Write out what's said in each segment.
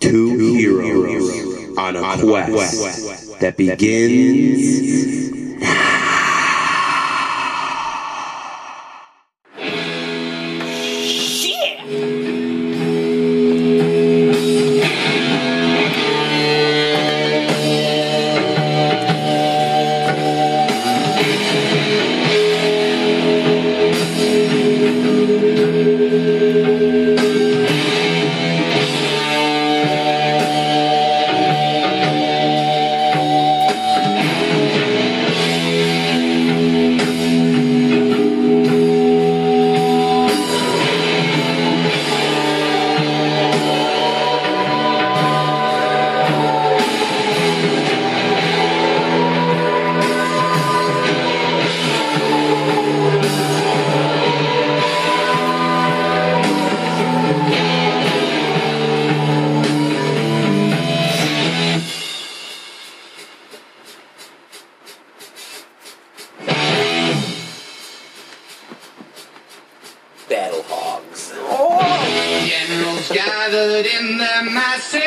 two heroes on a quest that begins. Battle hogs. Generals gathered in their masses,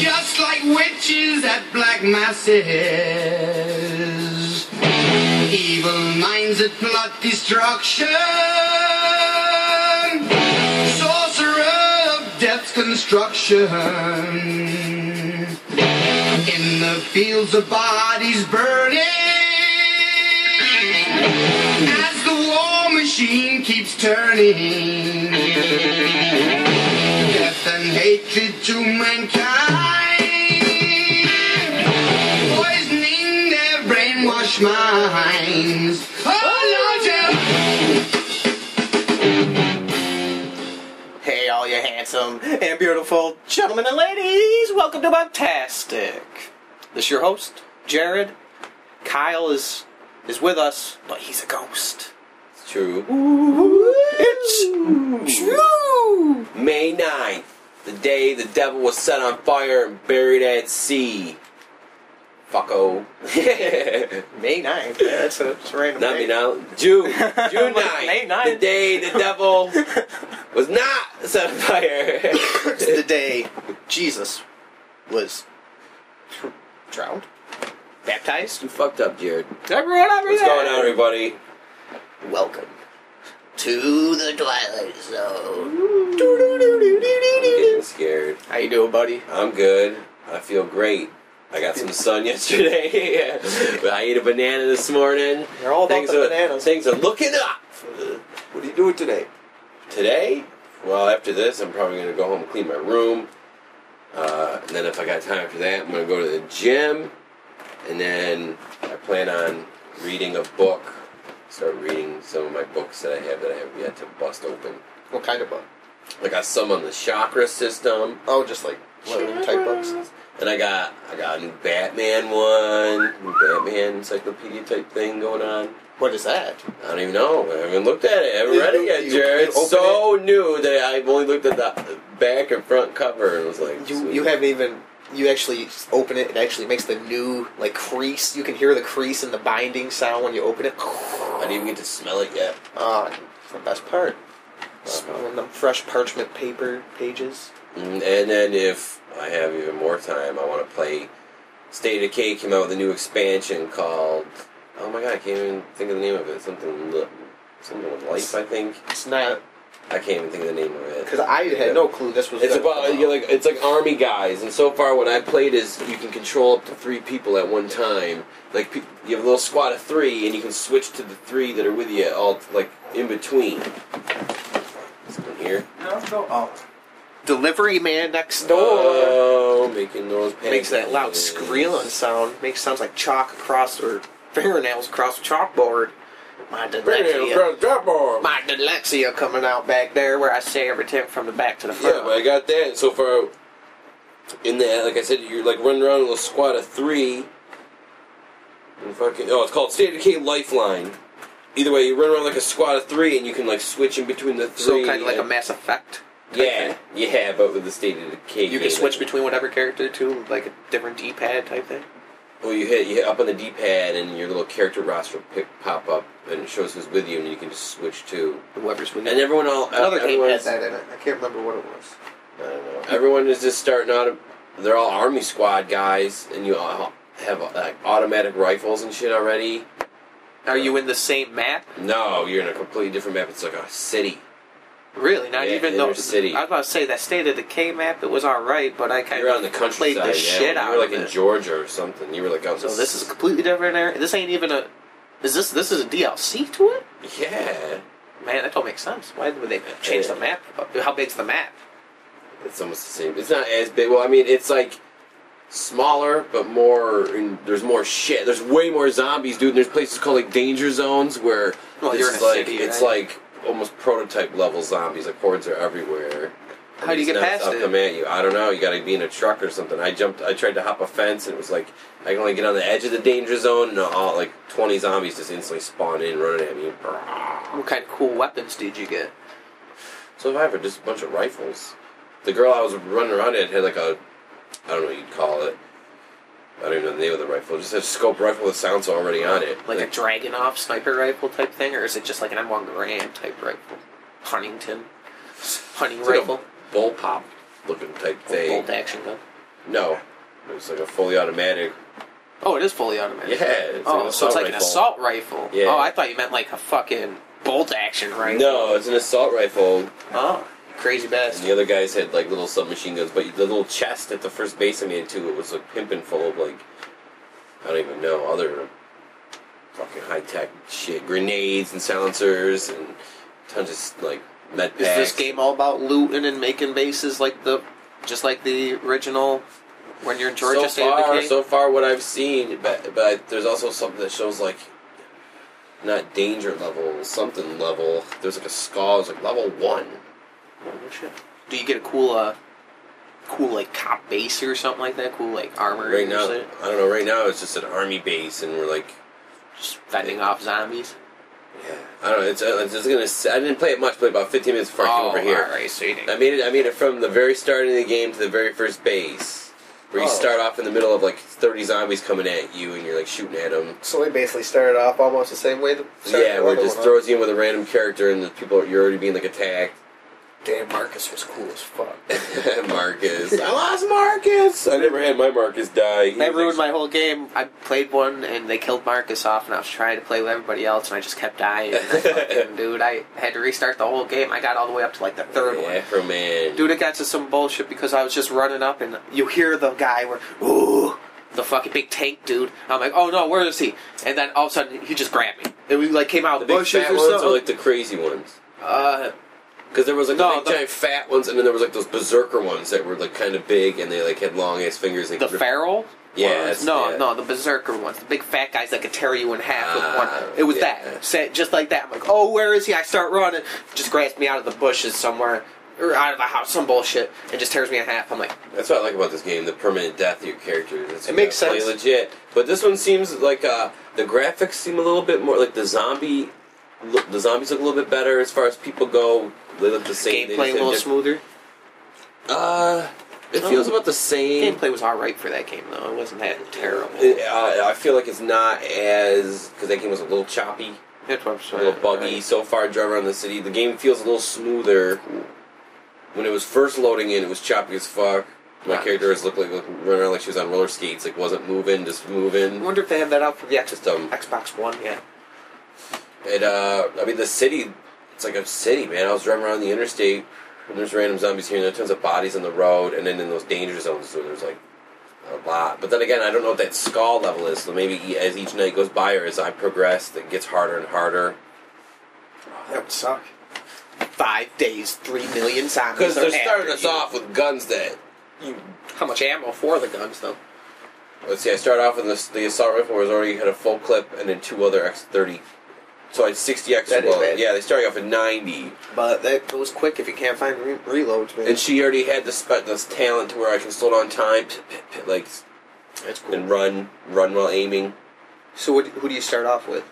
just like witches at black masses. Evil minds that plot destruction, sorcerer of death's construction. In the fields of bodies burning as the war machine keeps turning. Death and hatred to mankind, poisoning their brainwashed minds. Oh, Lord, help! Hey, all you handsome and beautiful gentlemen and ladies, welcome to Bugtastic. This is your host, Jared. Kyle is is with us, but he's a ghost. It's true. It's true. May 9th, the day the devil was set on fire and buried at sea. Fucko. May 9th. Yeah, that's a, that's a random Not date. me now. June. June 9th. May 9th. The day the devil was not set on fire. It's the day Jesus was drowned, baptized. you fucked up, Jared. Everyone, over What's there. going on, everybody? Welcome to the Twilight Zone. I'm getting scared. How you doing, buddy? I'm good. I feel great. I got some sun yesterday. But I ate a banana this morning. They're all about things the are, bananas. Things are looking up. What are you doing today? Today, well, after this, I'm probably going to go home and clean my room. Uh, and then if I got time for that, I'm going to go to the gym. And then I plan on reading a book. Start reading some of my books that I have that I have yet to bust open. What kind of book? I got some on the chakra system. Oh, just like learning type books. And I got I got a new Batman one, new Batman encyclopedia type thing going on. What is that? I don't even know. I haven't looked at it. I haven't You- read it yet, you- Jared. you It's open so new that I've only looked at the back and front cover and was like, You sweet. you haven't even you actually open it. It actually makes the new like crease. You can hear the crease and the binding sound when you open it. I didn't even get to smell it yet. Ah, it's the best part. Smelling the fresh parchment paper pages. Mm, And then if I have even more time, I want to play. State of Decay came out with a new expansion called. Oh my god, I can't even think of the name of it. Something, li- something with life, I think. It's not I can't even think of the name of it. because I had no clue this was. It's gonna about come you're out. like it's like army guys, and so far what I played is you can control up to three people at one time. Like pe- you have a little squad of three, and you can switch to the three that are with you all like in between. Something here. delivery man next door. Oh, making noise. makes that loud squealing sound. Makes sounds like chalk across or fingernails across a chalkboard. My dyslexia, Drop bomb. my dyslexia coming out back there where I say everything from the back to the front. Yeah, but I got that. So far, in that, like I said, you're like running around with a squad of three. And fucking oh, it's called State of Decay Lifeline. Either way, you run around like a squad of three, and you can like switch in between the three. so kind of like a and- Mass Effect. Yeah, yeah, but with the State of Decay. You game. can switch between whatever character to like a different D-pad type thing. Well, you hit you hit up on the D-pad, and your little character roster pick, pop up, and it shows who's with you, and you can just switch to. Whoever's with And everyone all Another game has everyone's- that in it. I can't remember what it was. I don't know. Everyone is just starting out. They're all army squad guys, and you all have like automatic rifles and shit already. Are you in the same map? No, you're in a completely different map. It's like a city. Really? Not Yeah, even inner though. city. I was about to say that state of the K map. It was all right, but I kind You're on of the played countryside. the yeah. shit you out were like of in it. Georgia or something. You were like out. So this is a completely different area. This ain't even a. Is this this is a DLC to it? yeah. Man, that don't make sense. Why would they change the map? How big's the map? It's almost the same. It's not as big. Well, I mean, it's like smaller, but more. And there's more shit. There's way more zombies, dude. And there's places called like danger zones where Well, this you're in is a like city, it's right? like almost prototype level zombies. Like hordes are everywhere. How do you It's get not past up it? them at you. I don't know. You got to be in a truck or something. I jumped. I tried to hop a fence, and it was like I can only get on the edge of the danger zone, and all like twenty zombies just instantly spawn in, running at me. What kind of cool weapons did you get? Survivor, just a bunch of rifles. The girl I was running around at had like a, I don't know what you'd call it. I don't even know the name of the rifle. Just a scope rifle with sounds already on it. Like a Dragunov sniper rifle type thing, or is it just like an M1 Garand type rifle? Huntington? Hunting it's like rifle? Oh, a bullpup looking type thing. Bolt action gun? No, it was like a fully automatic. Oh, it is fully Yeah, automatic. it's like an oh, so assault it's like an rifle. assault rifle. Yeah. Oh, I thought you meant like a fucking bolt action rifle. No, it's an assault rifle. Oh, crazy And bastard. the other guys had like little submachine guns, but the little chest at the first base I made too, it was like pimping full of like I don't even know other fucking high tech shit, grenades and silencers and tons of like med Is packs. this game all about looting and making bases like the, just like the original when you're in Georgia so State of the far, King? so far what I've seen, but but there's also something that shows like not danger level, something level. There's like a skull, it's like level one. Oh, shit. Do you get a cool, uh, cool like cop base or something like that? Cool like armor Right or now, shit? I don't know. Right now, it's just an army base, and we're like just fending off zombies. I don't know. It's, uh, it's just gonna. s- I didn't play it much. Played about 15 minutes before I came over here. all right, so you didn't- I made it. I made it from the very start of the game to the very first base, where you Oh. start off in the middle of like 30 zombies coming at you, and you're like shooting at them. So they basically started off almost the same way. that started yeah, the where it other just one. throws you in with a random character, and the people are, you're already being like attacked. Damn, Marcus was cool as fuck. Marcus, I lost Marcus. I never had my Marcus die. He That was, ruined like, my whole game. I played one and they killed Marcus off, and I was trying to play with everybody else, and I just kept dying. And I fucking, dude, I had to restart the whole game. I got all the way up to like the third one. Afro man. Dude, it got to some bullshit because I was just running up, and you hear the guy where, ooh, the fucking big tank dude. I'm like, oh no, where is he? And then all of a sudden, he just grabbed me. It was like came out the of big bushes fat or ones something. are like the crazy ones. uh, Because there was like No, the big the- giant fat ones, and then there was like those berserker ones that were like kind of big, and they like had long ass fingers. And the feral. Yeah, ones? that's- no, yeah. no, the berserker ones, the big fat guys that could tear you in half with Ah, one. It was yeah. that, Sa- just like that. I'm like, oh, where is he? I start running, just grabs me out of the bushes somewhere, or out of the house, some bullshit, and just tears me in half. I'm like, That's what I like about this game—the permanent death of your character. That's It makes play sense. legit, but this one seems like uh, the graphics seem a little bit more like the zombie. Look, the zombies look a little bit better as far as people go. They look the same. gameplay a They just have little diff- smoother. Uh, it Oh. feels about the same. Gameplay was all right for that game though. It wasn't that terrible. It- uh, I feel like it's not as because that game was a little choppy, That's what I'm a saying. little buggy. right? So far, drive around the city, the game feels a little smoother. When it was first loading in, it was choppy as fuck. My Right. character was looked like looked- running around like she was on roller skates, like wasn't moving, just moving. I wonder if they have that out for the X- Just um, Xbox One yet. it uh, I mean the city, it's like a city, man. I was driving around the interstate, and there's random zombies here, and there are tons of bodies on the road, and then in those danger zones, so there's like a lot. But then again, I don't know what that skull level is. So maybe e- as each night goes by, or as I progress, it gets harder and harder. That would suck. Five days, three million zombies. Because they're after starting us you. off with guns that you. How much ammo for the guns though? Let's see. I started off with this, the assault rifle, was already had a full clip, and then two other X thirty. So I had sixty extra That is bullets. bad. Yeah, they started off at ninety. But that goes quick if you can't find re- reloads, man. And she already had the spe- this talent to where I can slow down time, p- p- p- like, That's cool. and run, run while aiming. So what, who do you start off with?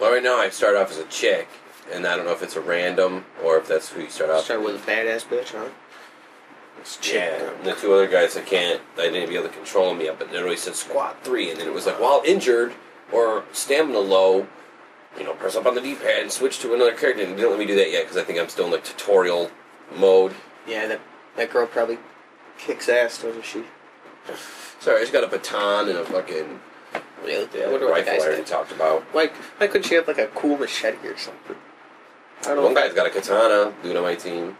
Well, right now I start off as a chick, and I don't know if it's a random or if that's who you start off. Start with a badass bitch, huh? It's Yeah, chipped and the two other guys, I can't, I didn't be able to control them yet, but they always said squat three, and then it was like, while injured or stamina low, you know, press up on the D pad and switch to another character. And they didn't let me do that yet because I think I'm still in like tutorial mode. Yeah, that that girl probably kicks ass, doesn't she? Sorry, I just got a baton and a fucking Really? yeah, I wonder what the rifle I guy's already got. talked about. Like, why couldn't she have like a cool machete or something? I don't One know. guy's got a katana, dude on my team.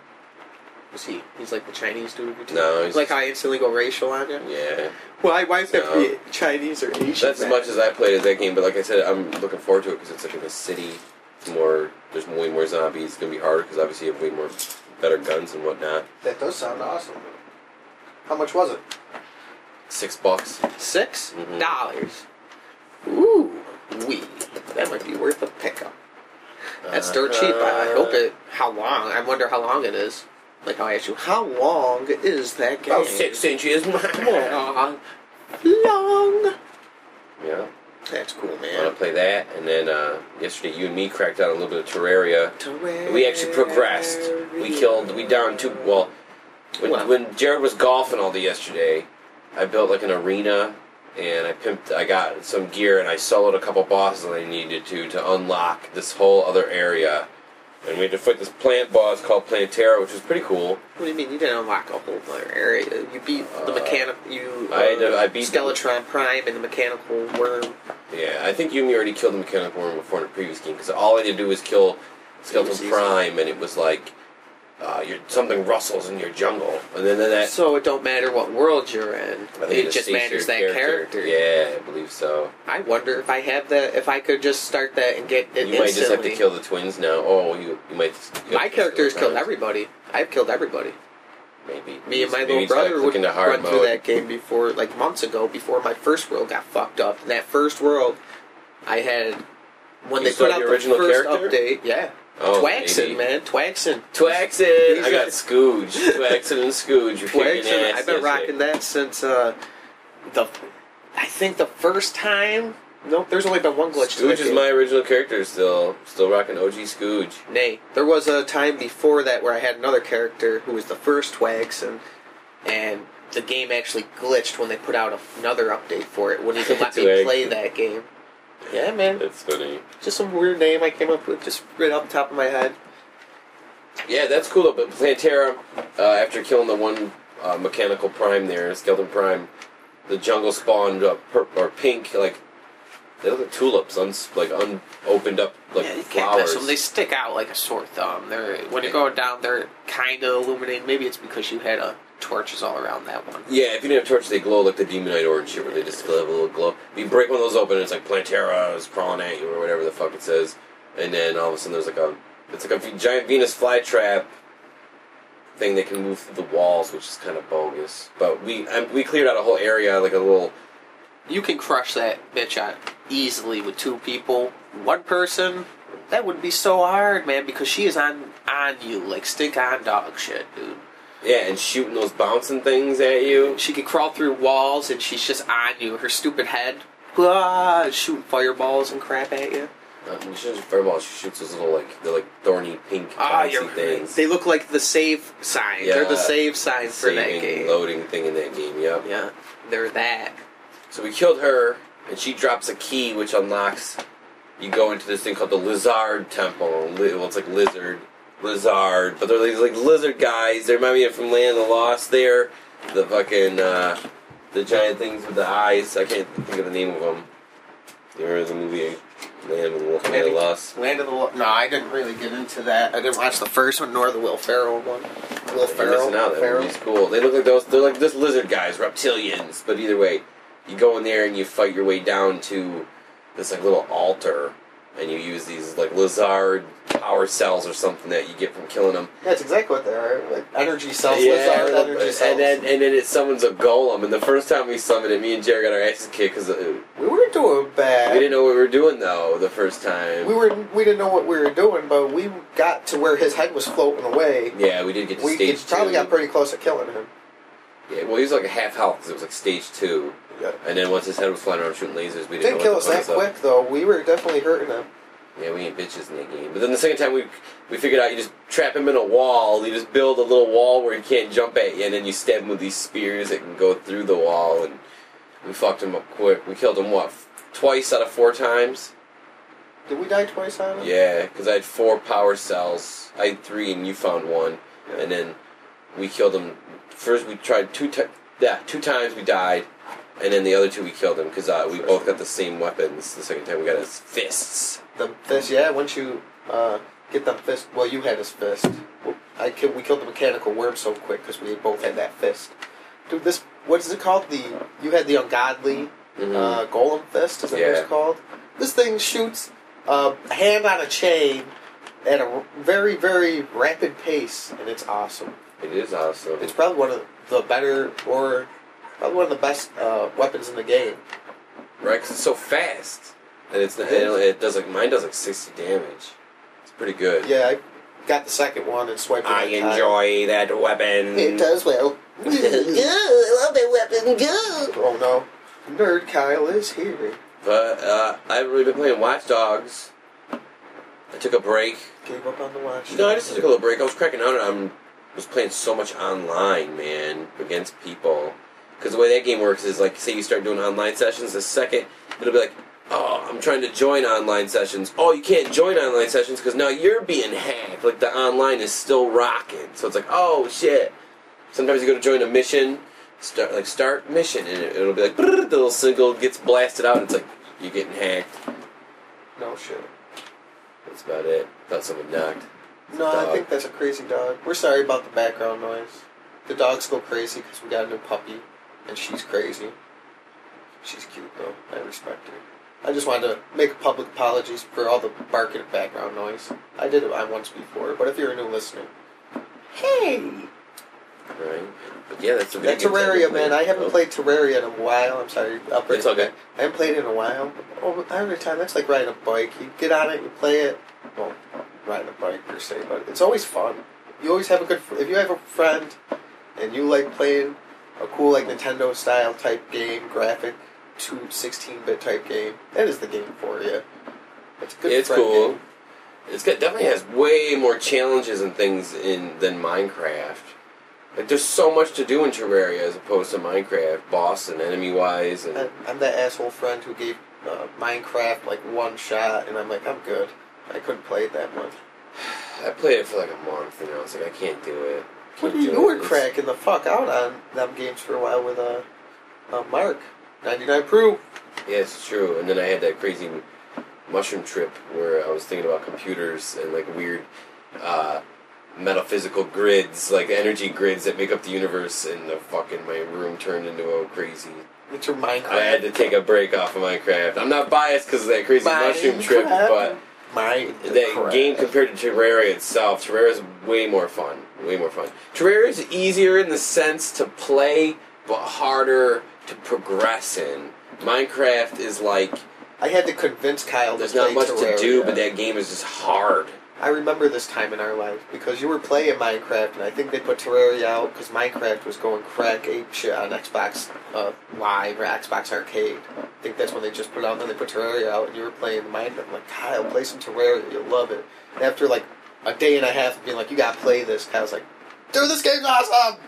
Was he? He's like the Chinese dude. we No, he's- like I instantly go racial on you. Yeah. Why? Why is that No. be Chinese or Asian? That's as man? much as I played as that game, but like I said, I'm looking forward to it because it's like in the city. It's more, there's way more zombies. It's gonna be harder because obviously you have way more better guns and whatnot. That does sound awesome. How much was it? Six bucks. 6 Mhm. dollars. Ooh, wee. That might be worth a pickup. That's dirt cheap. I I hope it. How long? I wonder how long it is. Like how I asked you, how long is that game? Uh, About Oh, six inches. yeah. Long. Long. I That's cool, want to man. play that, and then uh, yesterday you and me cracked out a little bit of Terraria. We actually progressed. We killed. We downed two. Well, when, Wow. when Jared was golfing all day yesterday, I built like an arena, and I pimped. I got some gear, and I soloed a couple bosses that I needed to to unlock this whole other area. And we had to fight this plant boss called Plantera, which was pretty cool. What do you mean? You didn't unlock a whole other area. You beat the Uh, mechanic. You. uh, I had to- I beat the- Skeletron Prime and the mechanical worm. Yeah, I think Yumi already killed the mechanical worm before in the previous game because all I had to do was kill It was Skeleton easy. Prime, and it was like uh, your something rustles in your jungle, and then, then that. So it don't matter what world you're in. I think It just just saves matters that your character. Yeah, I believe so. I wonder if I have that. If I could just start that and get it you might just have instantly. to kill the twins now. Oh, you you might. just- you my have to character's kill killed the twins. everybody. I've killed everybody. Maybe Me and my Maybe little he's, like, brother would looking to hard run through mode. that game before, like months ago, before my first world got fucked up. And that first world, I had when You they still put have out your the original first character? update. Yeah, Oh, Twaxon, maybe. man, Twaxon, Twaxon. I He's got a- Scooge. Twaxon and Scooge. You're Twaxon. kicking ass I've been yesterday. rocking that since uh, the. I think the first time. Nope, there's only been one glitch. to that Scooge is game. my original character. Still, still rocking OG Scooge. Nay, there was a time before that where I had another character who was the first Twaxon, and the game actually glitched when they put out another update for it. Wouldn't even let me Twaxon. play that game. Yeah, man. That's funny. Just some weird name I came up with just right off the top of my head. Yeah, that's cool though. But Plantera, uh, after killing the one uh, mechanical prime there, Skeleton Prime, the jungle spawned uh, pur- or pink like they look like tulips, uns- like unopened up like yeah, you can't flowers. mess them. They stick out like a sore thumb. They're when you're going down, they're kind of illuminated. Maybe it's because you had uh, torches all around that one. yeah, if you didn't have torches, they glow like the demonite orange shit, where they just have a little glow. If you break one of those open, it's like Plantera is crawling at you or whatever the fuck it says, and then all of a sudden there's like a it's like a giant Venus flytrap thing that can move through the walls, which is kind of bogus. But we I, we cleared out a whole area like a little. You can crush that bitch out easily with two people. One person, that would be so hard, man, because she is on on you like stink on dog shit, dude. Yeah, and shooting those bouncing things at you. She could crawl through walls and she's just on you. Her stupid head, ah, shooting fireballs and crap at you. Uh, she doesn't fireball. She shoots those little like the like thorny pink Ah, bouncy you're things. They look like the save sign. They're the Yeah. save sign for that Saving, game. loading thing in that game. Yep. Yeah, they're that. So we killed her, and she drops a key which unlocks. You go into this thing called the Lizard Temple. Li- Well, it's like lizard, lizard, but they're these like lizard guys. They remind me of from Land of the Lost. There, the fucking uh, the giant things with the eyes. I can't think of the name of them. You remember the movie Land of the, Land of the Lost? Land of the Lo- No, I didn't really get into that. I didn't watch the first one nor the Will Ferrell one. Will You're Ferrell. missing out. eh? That Ferrell. movie's cool. They look like those. They're like just lizard guys, reptilians. But either way, you go in there and you fight your way down to this like little altar, and you use these like lizard power cells or something that you get from killing them. That's exactly what they are. Like energy cells, Yeah, lizard energy cells. and then and then it summons a golem. And the first time we summoned it, me and Jared got our asses kicked because we we were doing bad. didn't know what we were doing though the first time. We were we didn't know what we were doing, but we got to where his head was floating away. yeah, we did get to We stage it probably two. got pretty close to killing him. yeah, well, he was like a half health because it was like stage two. Yeah. And then once his head was flying around shooting lasers, we Didn't didn't, know kill us what the fuck that was up. quick though. We were definitely hurting him. Yeah, we ain't bitches in that game. But then the second time we we figured out you just trap him in a wall. You just build a little wall where he can't jump at you, and then you stab him with these spears that can go through the wall. And we fucked him up quick. We killed him what twice out of four times. Did we die twice on it? Yeah, because I had four power cells. I had three, and you found one. And then we killed him. First, we tried two times. Yeah, two times we died, and then the other two we killed him because uh, we both got the same weapons. The second time we got his fists. The fist, yeah. Once you uh, get them fist, well, you had his fist. I killed, we killed the mechanical worm so quick because we both had that fist. Dude, this what is it called? The you had the ungodly uh, golem fist. Is that what Mm-hmm. Yeah. it's called? This thing shoots a hand on a chain at a very very rapid pace, and it's awesome. It is awesome. It's probably one of the better or probably one of the best uh, weapons in the game. Right, 'cause it's so fast, and it's it, it does like mine does like sixty damage. It's pretty good. Yeah, I got the second one and swiped. it I on time. enjoy that weapon. It does well. I love that weapon. Go. Oh no. Nerd Kyle is here. But uh, I haven't really been playing Watch Dogs. I took a break. Gave up on the watch. No, I just took a little break. I was cracking out. I was playing so much online, man, against people. Because the way that game works is like, say you start doing online sessions, the second it'll be like, oh, I'm trying to join online sessions. Oh, you can't join online sessions because now you're being hacked. Like the online is still rocking. So it's like, oh shit. Sometimes you go to join a mission, start like start mission, and it, it'll be like "Brrr," the little single gets blasted out. And it's like you're getting hacked. No shit. That's about it. Thought someone knocked. No, Dog. I think that's a crazy dog. We're sorry about the background noise. The dogs go crazy because we got a new puppy, and she's crazy. She's cute though. I respect her. I just wanted to make public apologies for all the barking and background noise. I did it on once before, but if you're a new listener, hey, Right. But yeah, that's a that Terraria man. I haven't played Terraria in a while. I'm sorry. I'll bring Oh, It's okay. I haven't played it in a while. Oh, Over every time, that's like riding a bike. You get on it, you play it. Well, riding a bike per se, but it's always fun. You always have a good. If you have a friend and you like playing a cool like Nintendo style type game, graphic, two 16 bit type game, that is the game for you. It's a good. It's friend cool. game. It's got definitely has way more challenges and things in than Minecraft. Like there's so much to do in Terraria as opposed to Minecraft, boss and enemy wise, and I- I'm that asshole friend who gave uh, Minecraft like one shot, and I'm like, I'm good. I couldn't play it that much. I played it for like a month, and I was like, I can't do it. Can't What do you were it. uh, It's- cracking the fuck out on them games for a while with uh, uh Mark, ninety nine proof. Yeah, it's true. And then I had that crazy mushroom trip where I was thinking about computers and like weird uh, metaphysical grids, like energy grids that make up the universe. And the fucking my room turned into a crazy. It's your Minecraft. I had to take a break off of Minecraft. I'm not biased because of that crazy mushroom trip, Minecraft. but Minecraft. that game compared to Terraria itself, Terraria's way more fun. Way more fun. Terraria's easier in the sense to play, but harder to progress in. Minecraft is like I had to convince Kyle. there's to not play much Terraria. to do, but that game is just hard. I remember this time in our life because you were playing Minecraft, and I think they put Terraria out because Minecraft was going crack ape shit on Xbox uh, Live or Xbox Arcade. I think that's when they just put it out, and then they put Terraria out, and you were playing the Minecraft. I'm like, Kyle, play some Terraria, you'll love it. And after like a day and a half of being like, you gotta play this, Kyle's like, dude, this game's awesome!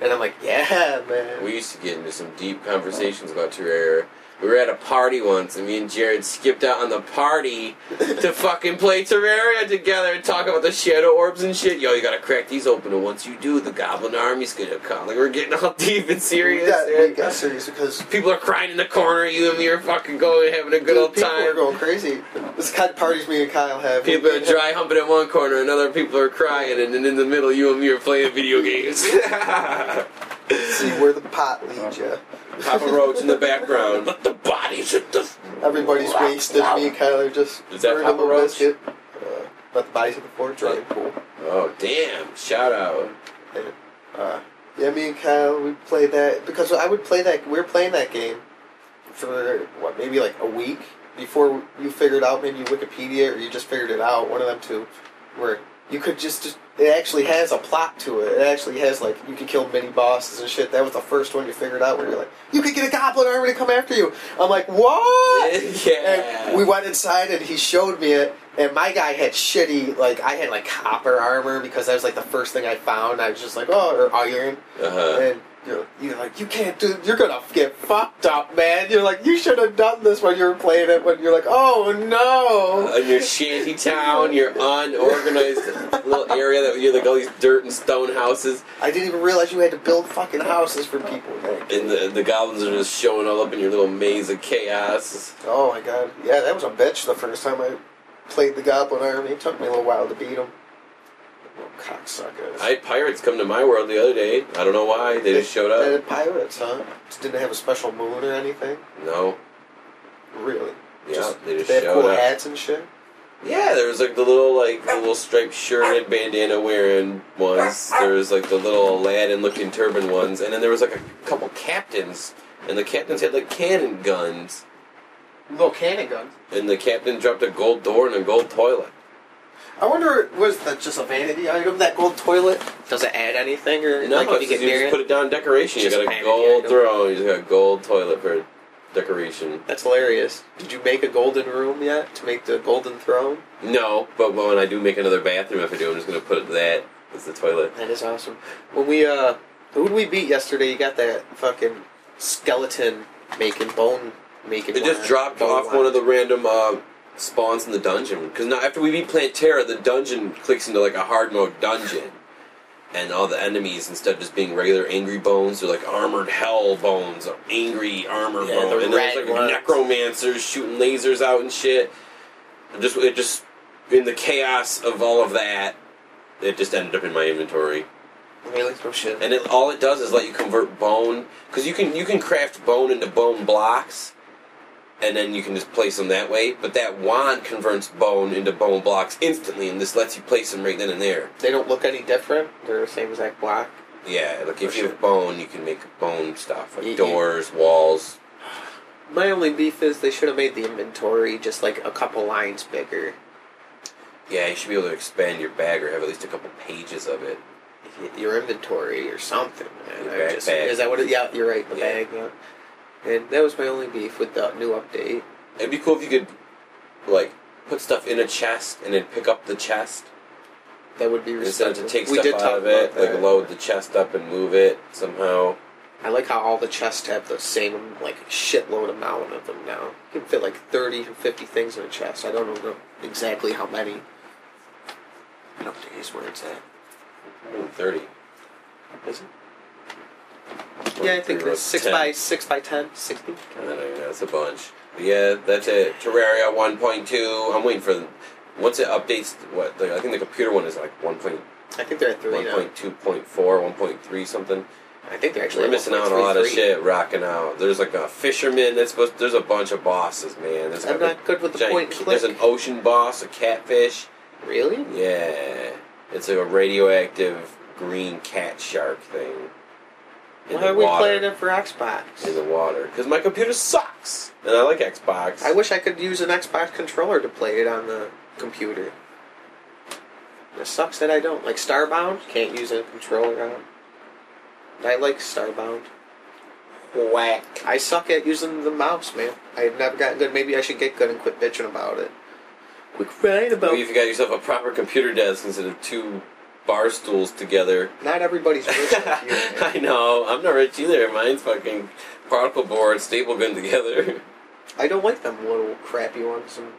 And I'm like, yeah, man. We used to get into some deep conversations about Terraria. We were at a party once, and me and Jared skipped out on the party to fucking play Terraria together and talk about the shadow orbs and shit. Yo, you gotta crack these open, and once you do, the goblin army's gonna come. Like, we're getting all deep and serious. got, we dude. got serious because People are crying in the corner. You and me are fucking going and having a good dude, old people are time. going crazy. This kind of parties me and Kyle have. People We- are dry humping at one corner, and other people are crying, and then in the middle, you and me are playing video games. See where the pot leads you. Papa Roach in the background. But the bodies at the. Everybody's wasted. Me and Kyler just Is that burned Papa a little Roach? biscuit. Uh, let the bodies hit the floor. Drunk pool. Oh damn! Shout out. And, uh, yeah, me and Kyle we played that because I would play that. We were playing that game for what maybe like a week before you figured out maybe Wikipedia or you just figured it out. One of them two. Where You could just, just it actually has a plot to it. It actually has like you could kill mini bosses and shit. That was the first one you figured out where you're like, you could get a goblin army to come after you. I'm like, what? yeah. And we went inside and he showed me it. And my guy had shitty, like I had like copper armor because that was like the first thing I found. I was just like, oh, or iron. uh-huh. And you're, you're like, you can't do. You're gonna get fucked up, man. You're like, you should have done this when you were playing it. When you're like, oh no. In your shanty town, your unorganized little area that you're like all these dirt and stone houses, I didn't even realize you had to build fucking houses for people. Like, and the, the goblins are just showing all up in your little maze of chaos. oh my god. Yeah, that was a bitch the first time I played the Goblin Army. It took me a little while to beat him. Little cocksuckers. I had pirates come to my world the other day. I don't know why they just showed They up. had pirates, huh? Just didn't have a special moon or anything. No, Really? yeah, Just- they just they had showed cool up. hats and shit. Yeah, there was like the little like the little striped shirt and bandana wearing ones. There was like the little Aladdin looking turban ones, and then there was like a couple captains, and the captains had like cannon guns, Little cannon guns. and the captain dropped a gold door and a gold toilet. I wonder, was that just a vanity item? That gold toilet? Does it add anything or No, like when it's you get just- you near just it? put it down in decoration. You Just got a a gold vanity item. throne. You just got a gold toilet for decoration. That's hilarious. Did you make a golden room yet to make the golden throne? No, but when I do make another bathroom, if I do, I'm just gonna put that as the toilet. That is awesome. When we uh, who did we beat yesterday? You got that fucking skeleton making bone making. It just wine, dropped bone off wine. one of the random uh, spawns in the dungeon. Because now after we beat Plantera, the dungeon clicks into like a hard mode dungeon. And all the enemies, instead of just being regular angry bones, they're like armored hell bones, or angry armor Yeah, bones. the And there's red like ones. necromancers shooting lasers out and shit. It just, it just, in the chaos of all of that, it just ended up in my inventory. really Oh, some shit. And it, all it does is let you convert bone because you can you can craft bone into bone blocks, and then you can just place them that way. But that wand converts bone into bone blocks instantly, and this lets you place them right then and there. They don't look any different. They're the same exact block. Yeah, like if For you sure. have bone, you can make bone stuff like You- you- doors, walls. My only beef is they should have made the inventory just like a couple lines bigger. Yeah, you should be able to expand your bag or have at least a couple pages of it. Y- Your inventory or something. man. Your I bag- just- bag. Is that what? It, yeah, you're right. The Yeah. bag. Yeah. And that was my only beef with the new update. It'd be cool if you could like put stuff in a chest and then pick up the chest That would be instead of to respectable. take we stuff did out talk of it, about like that. load the chest up and move it somehow. I like how all the chests have the same like shitload amount of them now. You can fit like thirty to fifty things in a chest. I don't know exactly how many. I don't think it's where it's at. 30. Is it? Yeah, I think it's six 10. by six by ten, sixty. I don't know, uh, that's a bunch. But yeah, that's it. Terraria 1.2. I'm waiting for them. Once it updates, what? The, I think the computer one is like 1.1.2.4, I think they're at three now. 1.3 something. I think they're actually We're at missing out on a lot of 1.33. shit rocking out. There's like a fisherman that's supposed there's a bunch of bosses, man. There's I'm like not good with the a giant- point and There's click. an ocean boss, a catfish. Really? Yeah. It's like a radioactive green cat shark thing. in Why the are we water. playing it for Xbox? in the water because my computer sucks and I like Xbox. I wish I could use an Xbox controller to play it on the computer. It sucks that I don't. Like Starbound, can't use a controller on it. I like Starbound. whack. I suck at using the mouse, man. I've never gotten good. Maybe I should get good and quit bitching about it. Quit crying about Maybe if you got yourself a proper computer desk instead of two bar stools together. Not everybody's rich like you, man. I know. I'm not rich either. Mine's fucking particle board staple gun together. I don't like them little crappy ones. And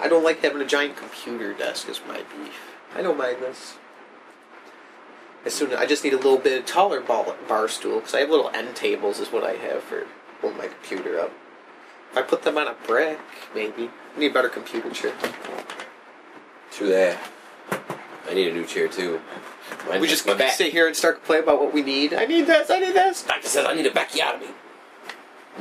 I don't like having a giant computer desk is my beef. I don't mind this. As soon I just need a little bit taller ball, bar stool because I have little end tables is what I have for holding my computer up. If I put them on a brick, maybe I need a better computer chair. True that. I need a new chair too. Mine We hurts just my back. sit here and start complaining about what we need. I need this. I need this. Doctor says I need a bacchiotomy.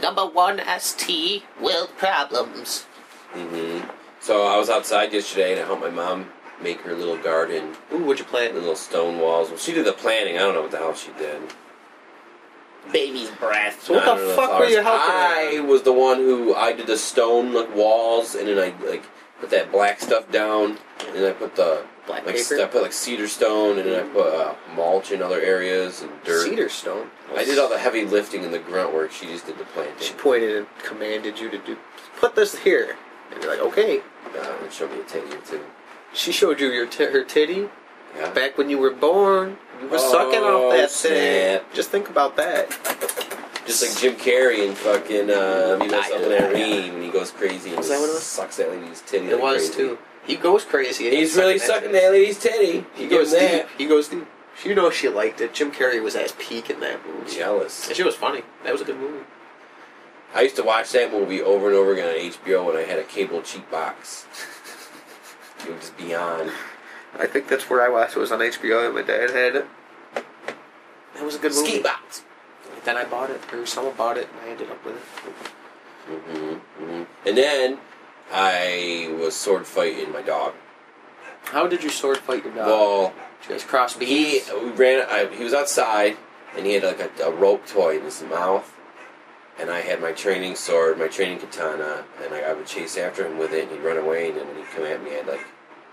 Number one ST world problems. Mm-hmm. So I was outside yesterday and I helped my mom make her little garden Ooh, would you plant and little stone walls. Well, she did the planning. I don't know what the hell she did. baby's breath? So No, no, what no, the no, fuck were flowers. you helping? her? I was the one who I did the stone like walls, and then I like put that black stuff down, and I put the Black Like paper. Mm. I put like cedar stone, and then I put uh, mulch in other areas and dirt. Cedar stone. I did all the heavy lifting and the grunt work. She just did the She planting. pointed and commanded you to do. Put this here, and you're like, okay. Uh, and showed me a titty or two. She showed you your t- her titty Yeah. back when you were born. You were Oh, sucking off that titty. snap. Just think about that. Just like Jim Carrey and fucking uh, me, myself, and Irene, and he goes crazy. And Was that what it was? Sucks that lady's titty. It like was crazy. too. He goes crazy. He's really sucking that lady's titty. He You goes give deep. him He goes deep. You know she liked it. Jim Carrey was at his peak in that that. movie. Jealous. And she was funny. That was a good movie. I used to watch that movie over and over again on HBO when I had a cable cheat box. It was just beyond. I think that's where I watched it. was on HBO and my dad had it. That was a good movie. Ski box. Then I bought it, or someone bought it, and I ended up with it. hmm hmm And then I was sword fighting my dog. How did you sword fight your dog? Well, Did you guys cross he beams? we ran. I, he was outside, and he had like a, a rope toy in his mouth. And I had my training sword, my training katana, and I, I would chase after him with it, and he'd run away, and then when he'd come at me, I'd like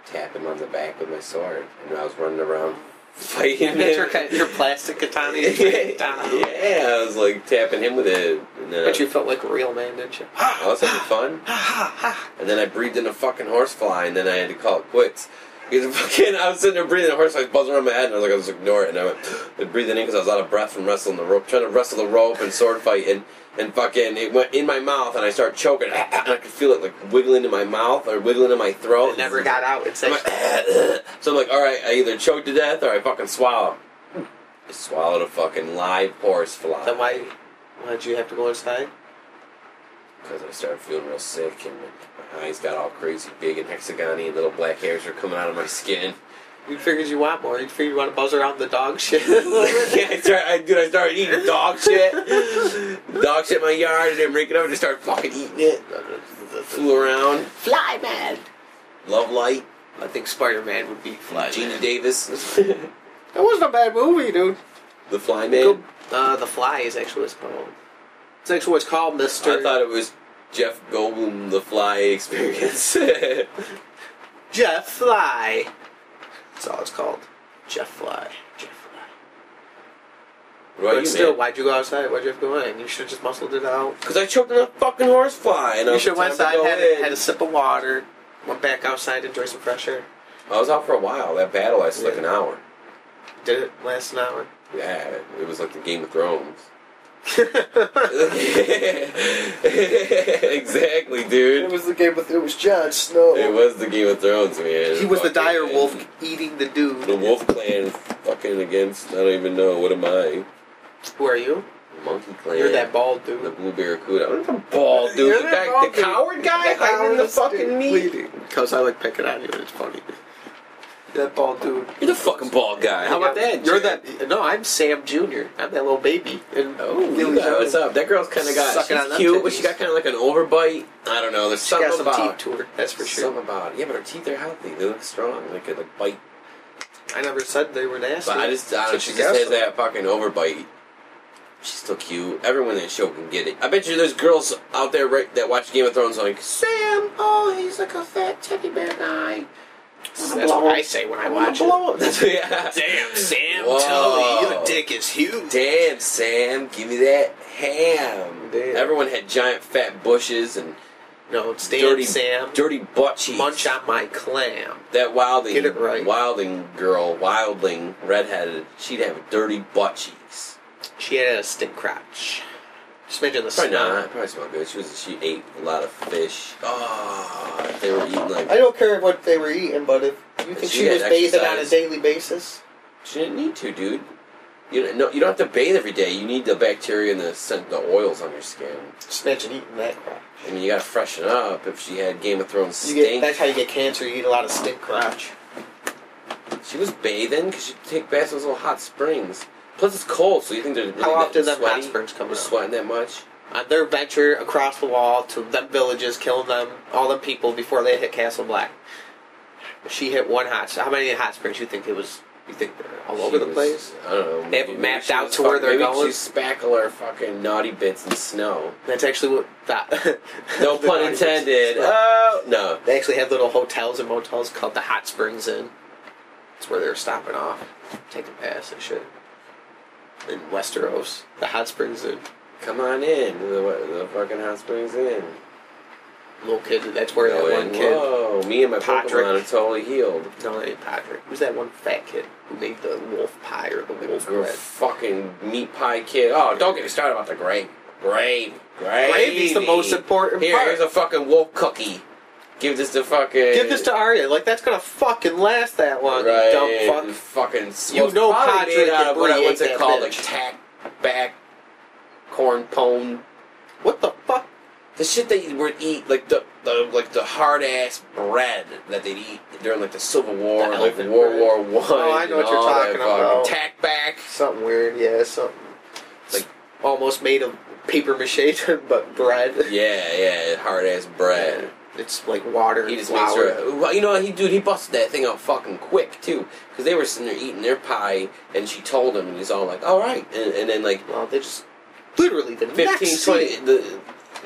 tap him on the back with my sword, and I was running around fighting him. That's your, kind- your plastic katana. you put down. yeah, I was like tapping him with it. And then But you felt like a real man, didn't you? I was having fun. and then I breathed in a fucking horsefly, and then I had to call it quits. Because fucking, I was sitting there breathing, a horsefly was buzzing around my head, and I was like, I'll just ignore it. And I went, and breathing in because I was out of breath from wrestling the rope, trying to wrestle the rope and sword fight, and, and fucking, it went in my mouth, and I started choking, and I could feel it like wiggling in my mouth or wiggling in my throat. It never got out. It's I'm like, like, so I'm like, all right, I either choke to death or I fucking swallow. I swallowed a fucking live horsefly. then why, why did you have to go inside? because I started feeling real sick and my eyes got all crazy big and hexagony and little black hairs were coming out of my skin. You figured you want more. You figured you want to buzz around the dog shit. yeah, I started, I, dude, I started eating dog shit. dog shit in my yard and then break it up and just started fucking eating it. Flew around. Fly man. Love Light. I think Spider Man would beat Fly. Gina Man. Davis. That wasn't a bad movie, dude. the Fly Go, Man. uh, the Fly is actually what it's called. It's actually what it's called, Mister. I thought it was Jeff Goldblum, The Fly Experience. Jeff Fly. That's all it's called. Jeff Fly. Jeff Fly. Right, but still, why'd you go outside? Why'd you have to go in? You should have just muscled it out. Because I choked on a fucking horsefly. And I You was should have went time inside, to go had, a- in. had a sip of water, went back outside, enjoy some fresh air. I was out for a while. That battle lasted like Yeah. an hour. Did it last an hour? Yeah, it was like the Game of Thrones. it exactly, dude. was the game with it was Jon Snow. It was the Game of Thrones, man. He was the Fucking- dire wolf eating the The dude. wolf clan fucking against, I don't even know, what am I? Who are you? Monkey clan. You're that bald The dude. blue barracuda. I'm the bald dude. You're the, that guy- bald the dude. coward guy That hiding in the coward's fucking dude meat. bleeding. Because I like picking on you and it's funny. That bald dude. You're the fucking bald guy. How about that? You're Jared? that. No, I'm Sam Jr. I'm that little baby. And uh, Oh, Billy you got- Joel. what's up? That girl's kind of got. Sucking She's on them cute, but she titties. got kind of like an overbite. I don't know. There's She something got some about. teeth to her. That's for sure. Something about. Yeah, but her teeth are healthy. They look strong. They could like bite. I never said they were nasty. But I just, I don't. That's She what just you has got. that fucking overbite. She's still cute. Everyone in the show can get it. I bet you there's girls out there right, that watch Game of Thrones like Sam. Oh, he's like a fat teddy bear guy. That's what I say when I watch it. Blow him. yeah. Damn, Sam Whoa. Tully, your dick is huge. Damn, Sam, give me that ham. Damn. Everyone had giant fat bushes and No, it's Damn dirty, Sam. dirty butt cheeks. Munch on my clam. That wilding, Get it right. wilding girl, wildling, redheaded. She'd have dirty butt cheeks. She had a stink crotch. Just imagine the Probably smell. not. Probably smelled good. She was. She ate a lot of fish. Oh, if they were eating I like. don't care what they were eating, but if you think She she, had was bathing on a exercise. daily basis, She didn't need to, dude. You don't, no, you don't have to bathe every day. You need the bacteria and the scent, the oils on your skin. just imagine eating that crap. I mean, you gotta freshen up. If she had Game of Thrones You get, stink, that's how you get cancer. You eat a lot of stink crotch. she was bathing because she'd take baths in those little hot springs. Plus, it's cold, so you think they're really How often them that sweaty? hot springs come They're out? sweating that much? On Uh, their venture across the wall to them villages, killing them, all them people before they hit Castle Black. She hit one hot. How many hot springs you think it was? You think they're all over She the was- place? I don't know. They haven't maybe mapped she out was to where fucking- they're maybe going? She spackle her fucking naughty bits in snow. That's actually what that. No the pun naughty bits. intended. Oh no. They actually had little hotels and motels called the Hot Springs Inn. That's where they were stopping off, taking pass and shit. In Westeros, the hot springs in Come on in. to The, the fucking hot springs in. little kid. That's where Go that one in. kid. Whoa, me and my Patrick. Pokemon are totally healed. No, it ain't Patrick. Who's that one fat kid who made the wolf pie or the wolf You're a bread? fucking meat pie kid. Oh, don't get me started about the grape. Grape. Gravy. Gravy's the most important Here, part. here's a fucking wolf cookie. Give this to fucking. Give this to Arya. Like that's gonna fucking last that long. Right, You dumb and fuck. Fucking. You well, it's know probably Patrick made out and of what I- Bree what's ate it that called? A bitch. tack back corn pone. What the fuck? The shit that you would eat, like the, the like the hard ass bread that they'd eat during like the Civil War, The like elven World bread. War One. Oh, I know what you're talking about. Tack back. Something weird. Yeah, something Like- like almost made of paper mache, but bread. Yeah, yeah, hard ass bread. It's like water. He and just flour. makes her. Well, you know, he dude, he busted that thing out fucking quick too, because they were sitting there eating their pie, and she told him, and he's all like, "All right," and, and then like Well, they just literally the 15, 15, next 20, scene- the,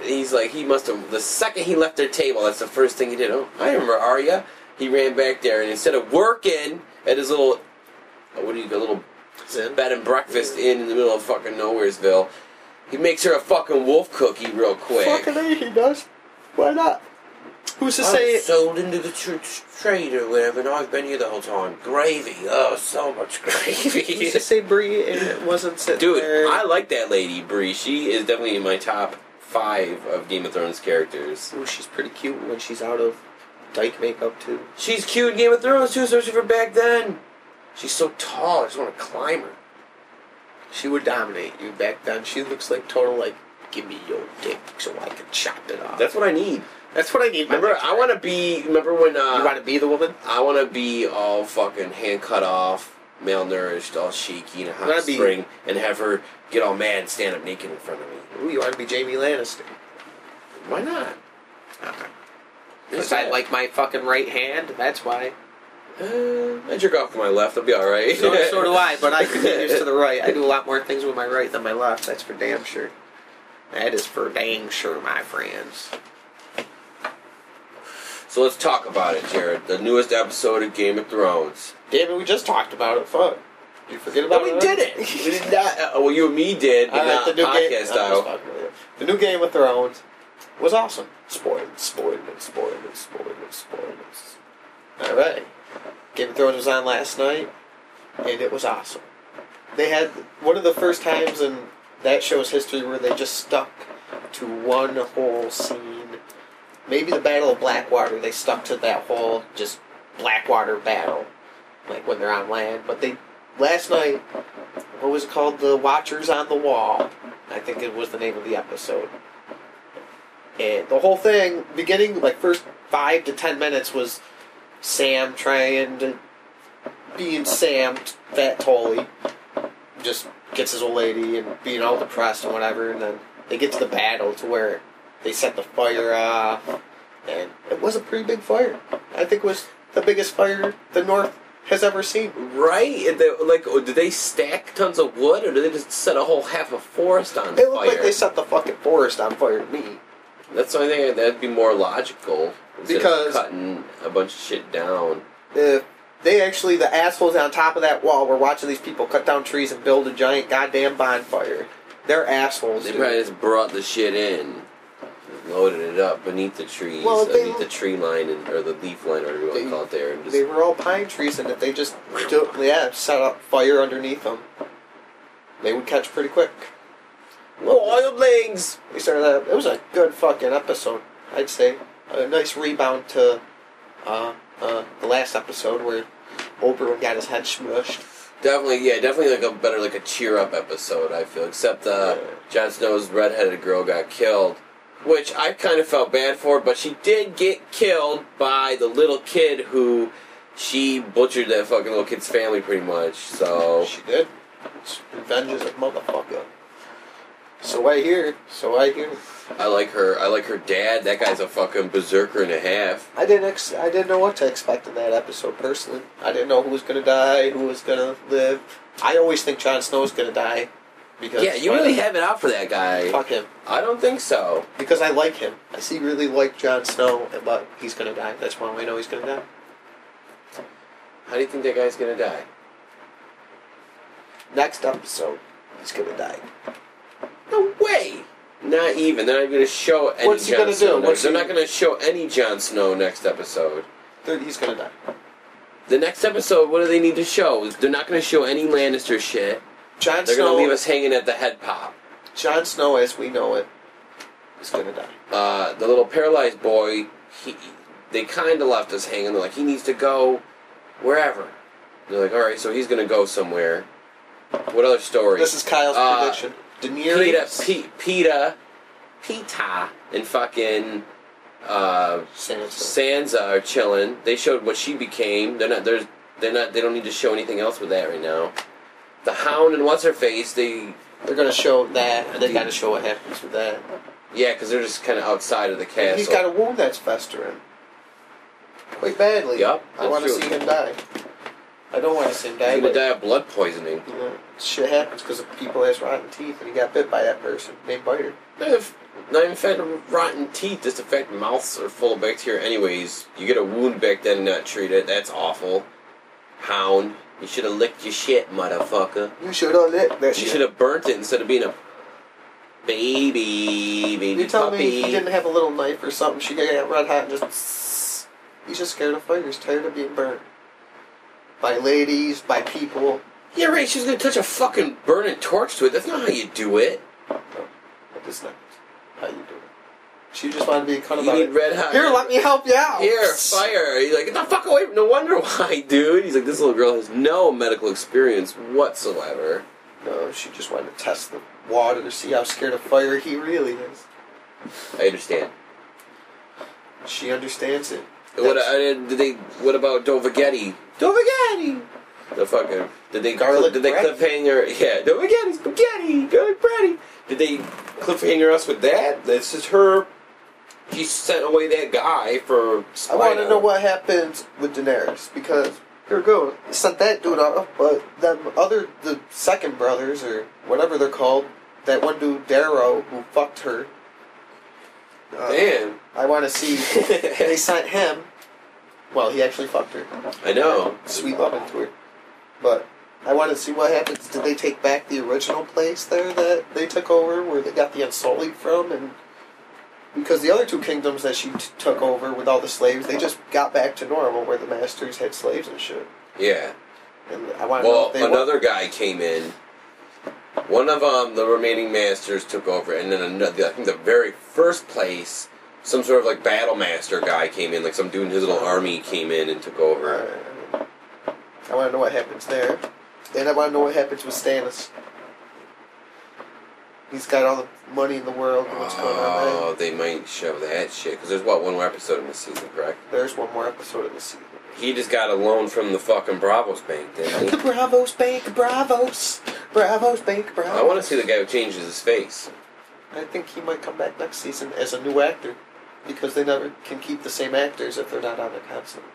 he's like, he must have, the second he left their table, that's the first thing he did. Oh, I remember Arya. He ran back there, and instead of working at his little, uh, what do you, a little Zen. bed and breakfast inn in the middle of fucking Nowheresville, he makes her a fucking wolf cookie real quick. Fucking A, he does. Why not? Who's to say I'm sold into the church trade or whatever, and I've been here the whole time. Gravy, oh, so much gravy. Who's to say Bree it wasn't sitting Dude, there? I like that lady, Bree. She is definitely in my top five of Game of Thrones characters. Ooh, she's pretty cute when she's out of dyke makeup too. She's cute in Game of Thrones too, especially for back then. She's so tall, I just want to climb her. She would dominate you back then. She looks like total like, give me your dick so I can chop it off. That's what I need. That's what I need. Remember, I want to be. Remember when You uh, want to be the woman? I want to be all fucking hand cut off, malnourished, all shaky in a hot That'd be- spring, and have her get all mad and stand up naked in front of me. Ooh, you want to be Jamie Lannister? Why not? Because I like my fucking right hand. That's why. Uh, I jerk off with my left. I'll be all right. So, so do I, but I can get used to the right. I do a lot more things with my right than my left. That's for damn sure. That is for dang sure, my friends. So let's talk about it, Jared. The newest episode of Game of Thrones. Damn it, we just talked about it. Fuck. You forget No, about it? we didn't. We did not. Uh, well, you and me did, but I like not the new game. podcast I'm just style. fucking with you. The new Game of Thrones was awesome. Spoiled, spoiled, and spoiled, and spoiled, and spoiled. All right, Game of Thrones was on last night, and it was awesome. They had one of the first times in that show's history where they just stuck to one whole scene. Maybe the Battle of Blackwater. They stuck to that whole just Blackwater battle, like when they're on land. But they last night what was it called the watchers on the wall i think it was the name of the episode and the whole thing beginning like first five to ten minutes was sam trying to being sam fat tolly just gets his old lady and being all depressed and whatever and then they get to the battle to where they set the fire off and it was a pretty big fire i think it was the biggest fire the north has ever seen Right? And they- like, oh, did they stack tons of wood, or did they just set a whole half a forest on It fire? looked like they set the fucking forest on fire to me. That's the only thing that'd be more logical instead of Because- cutting a bunch of shit down. Uh, they actually, the assholes on top of that wall were watching these people cut down trees and build a giant goddamn bonfire. They're assholes. They Dude. probably just brought the shit in, loaded it up beneath the trees, Well, they- underneath the tree line, and, or the leaf line, or whatever you want to They- call it there, and just They were all pine trees, and if they just do, yeah set up fire underneath them, they would catch pretty quick. wildlings. We started that. It was a good fucking episode, I'd say. A nice rebound to uh, uh, the last episode where Oberon got his head smushed. Definitely, yeah, definitely like a better like a cheer up episode. I feel, except uh, Yeah. Jon Snow's redheaded girl got killed, which I kind of felt bad for, but she did get killed by the little kid who she butchered that fucking little kid's family pretty much. So She did. Revenge is a motherfucker. So I hear. So I hear. I like her. I like her dad. That guy's a fucking berserker and a half. I didn't. Ex- I didn't know what to expect in that episode personally. I didn't know who was gonna die, who was gonna live. I always think Jon Snow's gonna die because Yeah, you really have it out for that guy. fuck him I don't think so. because I like him. I secretly like Jon Snow, but he's gonna die. That's why I know he's gonna die. How do you think that guy's gonna die? Next episode, he's gonna die. No way. Not even. They're not gonna show any. What's he Jon gonna do? Snow What's They're he- not gonna show any Jon Snow next episode. They're- He's gonna die. The next episode, what do they need to show? They're not gonna show any Lannister shit. Jon They're Snow. gonna leave us hanging at the head pop. Jon Snow, as we know it, is gonna die. uh, the little paralyzed boy, he, they kind of left us hanging. They're like, he needs to go wherever. They're like, all right, so he's going to go somewhere. What other story? This is Kyle's Uh, prediction. PETA, Daenerys. P- PETA, PETA, and fucking uh, Sansa. Sansa are chilling. They showed what she became. They're not. There's. They're not. They don't need to show anything else with that right now. The Hound and what's her face? They They're gonna show that, and they gotta show what happens with that. yeah, because they're just kind of outside of the castle. He's got a wound that's festering. Quite badly. Yup, I that's want to true. see him die. I don't want to see him die. He's gonna But, die of blood poisoning. You know, shit happens because people has rotten teeth, and he got bit by that person named Biter. Not if- not even fact rotten teeth, just the fact mouths are full of bacteria anyways. You get a wound back then and not treat it, that's awful. Hound. You should have licked your shit, motherfucker. You should have lit that You shit. should have burnt it instead of being a baby, baby You tell me puppy. he didn't have a little knife or something. She got red hot and just. He's just scared of fires, tired of being burnt by ladies, by people. yeah, right, she was gonna touch a fucking burning torch to it. That's not how you do it. But this not how you do it. She just wanted to be cut You about need it. red hot. Here, let me help you out. Here, fire. He's like, get the fuck away. No wonder why, dude. He's like, this little girl has no medical experience whatsoever. No, she just wanted to test the water to see how scared of fire he really is. I understand. She understands it. What That's- uh, did they? What about Dovaghetti? Dovaghetti. The fucking did they Garlic did they bread? cliffhanger? Yeah, Dovaghetti, spaghetti, garlic bready. Did they cliffhanger us with that? This is her. She sent away that guy for. I want to know what happens with Daenerys because here go sent that dude off, but them other the second brothers or whatever they're called, that one dude Darrow who fucked her. uh, Man, I want to see. they sent him. Well, he actually fucked her. I know. Sweet love into her, but. I want to see what happens. Did they take back the original place there that they took over, where they got the Unsullied from, and because the other two kingdoms that she t- took over with all the slaves, they just got back to normal where the masters had slaves and shit. Yeah. And I want to know Well, if they another guy came in. One of um, the remaining masters took over, and then another. I think the very first place, some sort of like battle master guy came in, like some dude in his little army came in and took were- over. I want to know what happens there, and I want to know what happens with Stannis. He's got all the money in the world. And what's going on there? Oh, they might show that shit because there's what one more episode in the season, correct? There's one more episode of the season. He just got a loan from the fucking Bravos Bank, didn't The he? Bravos Bank, Bravos, Bravos Bank, Bravos. I want to see the guy who changes his face. I think he might come back next season as a new actor, because they never can keep the same actors if they're not on it constantly.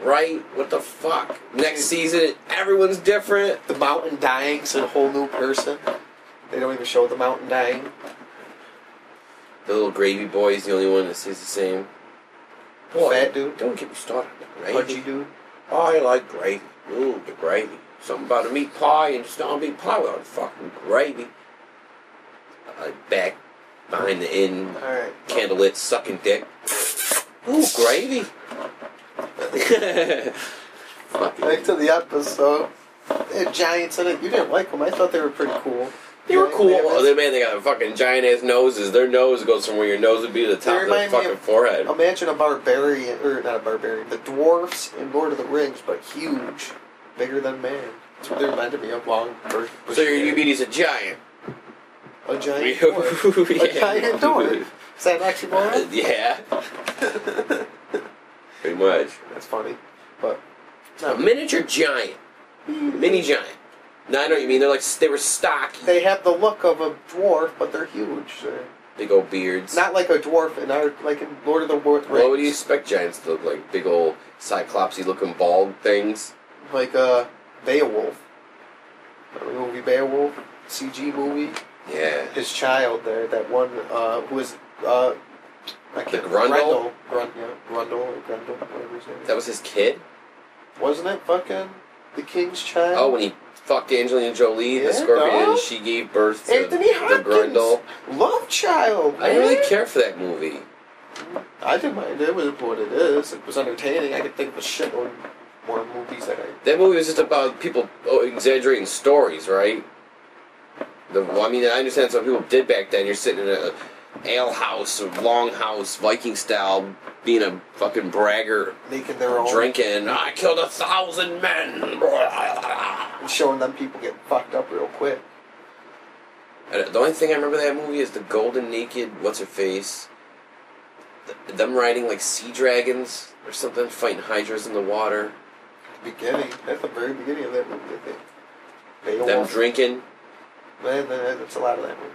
Right? What the fuck? Next season, everyone's different. The mountain dying's a whole new person. They don't even show the mountain dying. The little gravy boy is the only one that stays the same. Fat dude. Don't get me started. on the Pudgy Gravy. dude. I like gravy. Ooh, the gravy. Something about a meat pie and just not meat pie without fucking gravy. Uh, back behind the inn, Alright. candlelit sucking dick. Ooh, gravy. Back Fucking. to the episode. They had giants in it. You didn't like them. I thought they were pretty cool. They were Yeah, cool. they- Oh, they- man, they got fucking giant ass noses. Their nose goes from where your nose would be to the top of their remind me fucking of- forehead. Imagine a barbarian, or not a barbarian, the dwarfs in Lord of the Rings, but huge. Bigger than man. That's what they reminded me of long birth. So your UBD's a giant. A giant dwarf. A yeah. giant dwarf. Is that an oxymoron? yeah. Pretty much. That's funny. But A miniature giant. Mini giant. No, I know what you mean. They're like, they were stocky. they have the look of a dwarf, but they're huge. They're Big old beards. not like a dwarf in our like in Lord of the War- Rings. What would you expect giants to look like? Big old cyclopsy looking bald things? like uh, Beowulf. Remember the movie Beowulf, CG movie. Yeah. His child there, that one uh, who was uh, I The Grundle? Grundle, Grund, yeah, Grundle or Grundle, whatever his name. Is. That was his kid? Wasn't it fucking The King's Child? Oh, when he fucked Angelina Jolie, Yeah, the Scorpion, dog. and she gave birth to Anthony the Hopkins. Grundle. Love Child. I didn't man. really care for that movie. I didn't mind it. It was what it is. It was entertaining. I could think of a shitload more movies that I. That movie was just about people oh, exaggerating stories, right? The well, I mean, I understand that's what people did back then. You're sitting in a ale house, a long house, Viking style, being a fucking bragger, Making their own. drinking. I killed a thousand men. And And showing them people get fucked up real quick. The only thing I remember that movie is the golden naked. What's her face? Th- Them riding like sea dragons or something, fighting hydras in the water. Beginning. That's the very beginning of that movie, I think. Them Beowulf. drinking, Man, that- that's a lot of that movie.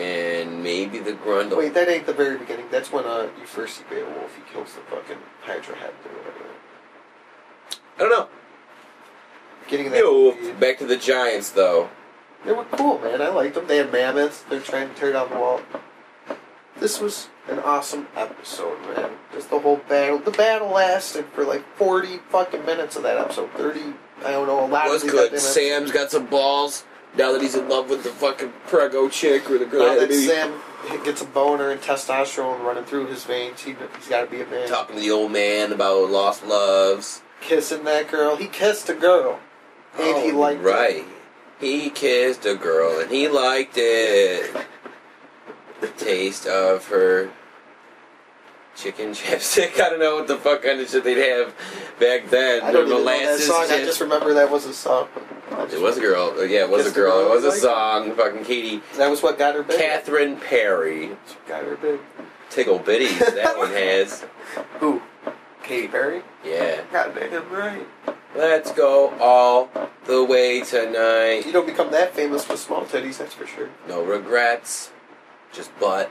and maybe the Grundle. Wait, that ain't the very beginning. That's when uh, you first see Beowulf. He kills the fucking Hydra head or whatever. I don't know. Getting that. Yo, movie, back to the Giants though. They were cool, man. I liked them. They had mammoths. They're trying to tear down the wall. This was an awesome episode, man. Just the whole battle. The battle lasted for like 40 fucking minutes of that episode. 30, I don't know, a lot Was of these good. goddamn Sam's got some balls. Now that he's in love with the fucking prego chick or the episodes. Now girl that that be Sam gets a boner and testosterone running through his veins, he, he's got to be a man. talking to the old man about lost loves. Kissing that girl. He kissed a girl. And he Oh, liked it. right. He kissed a girl and he liked it. the taste of her chicken chapstick. I don't know what the fuck kind of shit they'd have back then. I don't Their even know that molasses song. I chips. just remember that was a song. I just- It was a girl. Yeah, it was a Kissed a girl. girl It was a he song. Fucking Katie. That was what got her big. Catherine Perry. Got her big. Tickle Bitties, that one has. Who? Katy Perry? Yeah. Goddamn right. Let's go all the way tonight. You don't become that famous with small titties, that's for sure. No regrets. Just butt.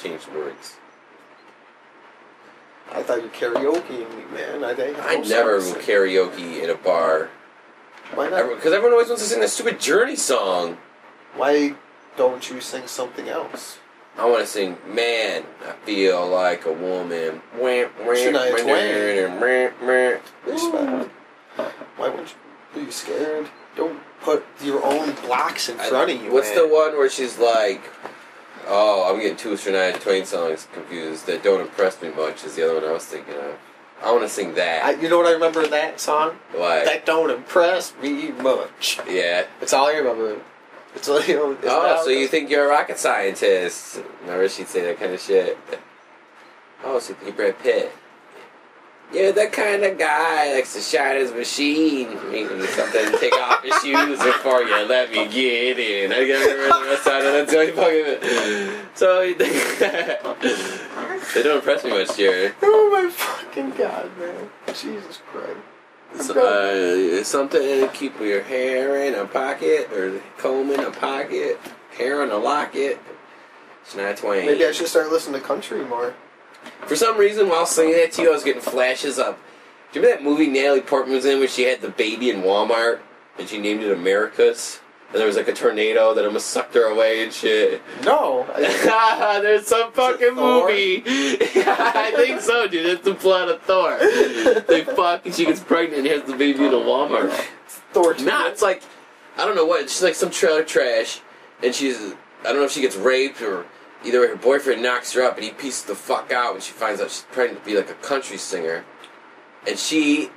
Change the words. I thought you karaoke me, man. I, didn't- I I'm never sorry to say. karaoke in a bar. Why not? Because everyone always wants to sing that stupid Journey song. Why don't you sing something else? I want to sing, man, I feel like a woman. Wah, wah, Shania wah, Twain. wah, wah, wah. Respect. Why wouldn't you? Are you scared? Don't put your own blocks in I- front of you. What's the man. one where she's like, "Oh, I'm getting two Shania Twain songs confused that don't impress me much"? Is the other one I was thinking of. I want to sing I, that. you know what I remember of that song? like, That don't impress me much. yeah. It's all I remember. It's all you know, it's Oh, not- so you think you're a rocket scientist? Remember she'd say that kind of shit. Oh, so you think you're Brad Pitt? You're the kind of guy that likes to shine his machine. Maybe something. Take off your shoes before you let me get in. I gotta remember the rest out of that. So you fucking. So you think- they don't impress me much here. Oh my fucking god, man! Jesus Christ! So, uh, something to keep your hair in a pocket or comb in a pocket, hair in a locket. Shania Twain. Maybe I should start listening to country more. For some reason, while singing that to you, I was getting flashes of. Do you remember that movie Natalie Portman was in when she had the baby in Walmart and she named it Americas? And there was like a tornado that almost sucked her away and shit. No, I, There's some fucking Thor? movie. I think so, dude. It's the plot of Thor. they fuck and she gets pregnant and has the baby in a Walmart. Thor. two. Nah, it's like I don't know what. She's like some trailer trash, and she's I don't know if she gets raped or either way, her boyfriend knocks her up and he pieces the fuck out when she finds out she's pregnant to be like a country singer, and she,